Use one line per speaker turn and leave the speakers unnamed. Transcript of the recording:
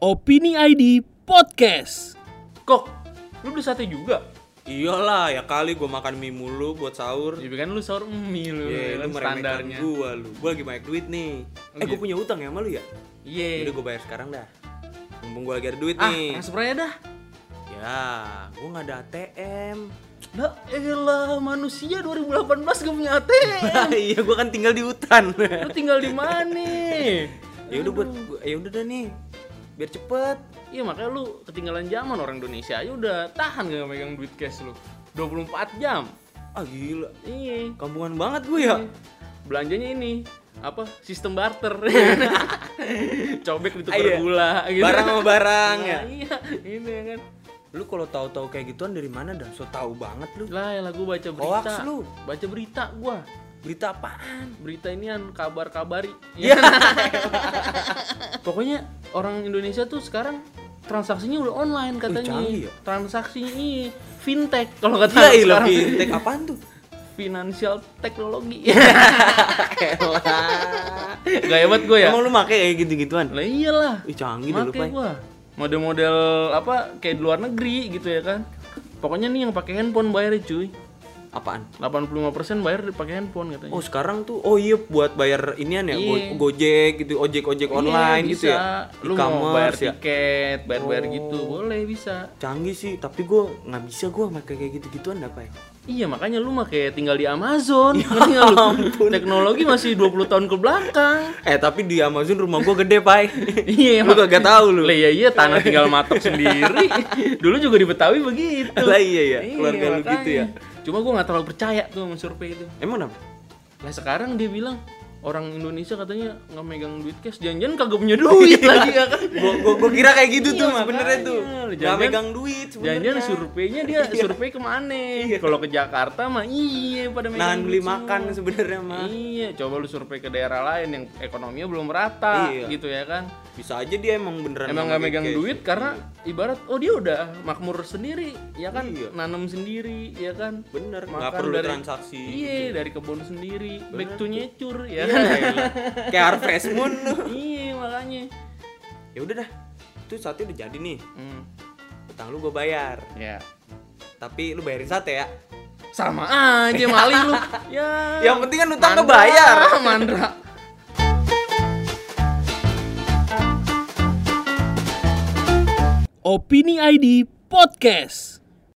Opini ID Podcast.
Kok, lu beli sate juga?
Iyalah, ya kali gua makan mie mulu buat sahur.
Ya kan lu sahur mie lu,
Ya,
ya kan
lu meremehkan
standarnya.
gua lu. Gua lagi banyak duit nih.
Oh,
eh, gua
gitu.
punya utang ya sama lu ya? Udah
Iya.
gua bayar sekarang dah. Mumpung gua lagi ada duit
Ah,
nih.
transfer aja dah.
Ya, gua nggak ada ATM.
Lah, elah manusia 2018 gak punya ATM.
iya, gua kan tinggal di hutan.
lu tinggal di mana?
ya udah buat gua- ya udah dah nih. Biar cepet.
Iya makanya lu ketinggalan zaman orang Indonesia aja udah tahan gak megang duit cash lu 24 jam
Ah, gila.
Iya
Kampungan banget gua ya.
Belanjanya ini apa sistem barter cobek ditukar
Iya.
gula gitu.
Barang sama barang ya.
Nah, iya ini ya kan
Lu kalau tahu-tahu kayak gituan dari mana dan so tahu banget lu.
lah ya gue baca berita
Hoax lu.
baca berita gua
Berita apaan?
berita ini kan kabar kabari
Iya.
ya. pokoknya orang Indonesia tuh sekarang transaksinya udah online katanya
canggih ya.
transaksinya ini fintech kalau kata
Iya,
orang
iya,
sekarang.
fintech apaan tuh?
financial teknologi gak hebat gue ya
Emang lu make kayak gitu-gituan?
lah iyalah
Ih canggih dah lu
Make
Pai.
gua model-model apa kayak di luar negeri gitu ya kan pokoknya nih yang pakai handphone bayarnya cuy
Apaan?
85% bayar pakai handphone katanya
Oh sekarang tuh, oh iya buat bayar inian ya, Go-
Iya.
gojek gitu, ojek ojek online
Iya,
gitu
bisa.
ya,
lu mau bayar
e-commerce ya.
tiket bayar bayar
Oh.
gitu boleh bisa
Canggih sih, tapi gue nggak bisa gue pakai kayak gitu gituan apa ya?
Iya makanya lu mah kayak tinggal di Amazon Ngerti nggak lu? Teknologi masih 20 tahun ke belakang
Eh tapi di Amazon rumah gue gede pai.
Iya,
lu kagak tahu lu.
Lah iya iya tanah tinggal matok sendiri. Dulu juga di Betawi begitu.
Lah iya ya, keluarga lu
makanya.
gitu ya.
Cuma gua nggak terlalu percaya tuh sama survei itu.
Emang kenapa?
Lah sekarang dia bilang orang Indonesia katanya nggak megang duit cash, jangan-jangan kagak punya
Iya.
duit lagi ya kan.
Gue gue kira kayak gitu
Iya,
tuh sebenernya
makanya.
tuh.
Lu
Gak
jangan-
megang duit sebenernya.
Jangan-jangan surveinya dia
Iya.
survei kemana? Kalau ke Jakarta mah iya pada megang
Nahan beli
duit semua.
makan sebenernya mah.
Iya, coba lu survei ke daerah lain yang ekonominya belum merata
Iya.
gitu ya kan.
Bisa aja dia emang beneran.
emang
nggak
nggak
pakai
megang
cash.
duit karena ibarat oh dia udah makmur sendiri ya kan
Iya.
nanam sendiri ya kan
Bener, nggak
Makan
perlu
dari-
transaksi. gitu.
iya dari kebun sendiri back to nature ya
Iya,
kan
iya. Kayak Harvest Moon lu.
iya makanya
Ya udah dah. Itu sate udah jadi nih.
hmm,
Utang lu gue bayar.
ya
Tapi lu bayarin sate ya.
sama aja mali lu ya
Yang penting kan utang
mandra,
kebayar.
mandra
Opini ID Podcast.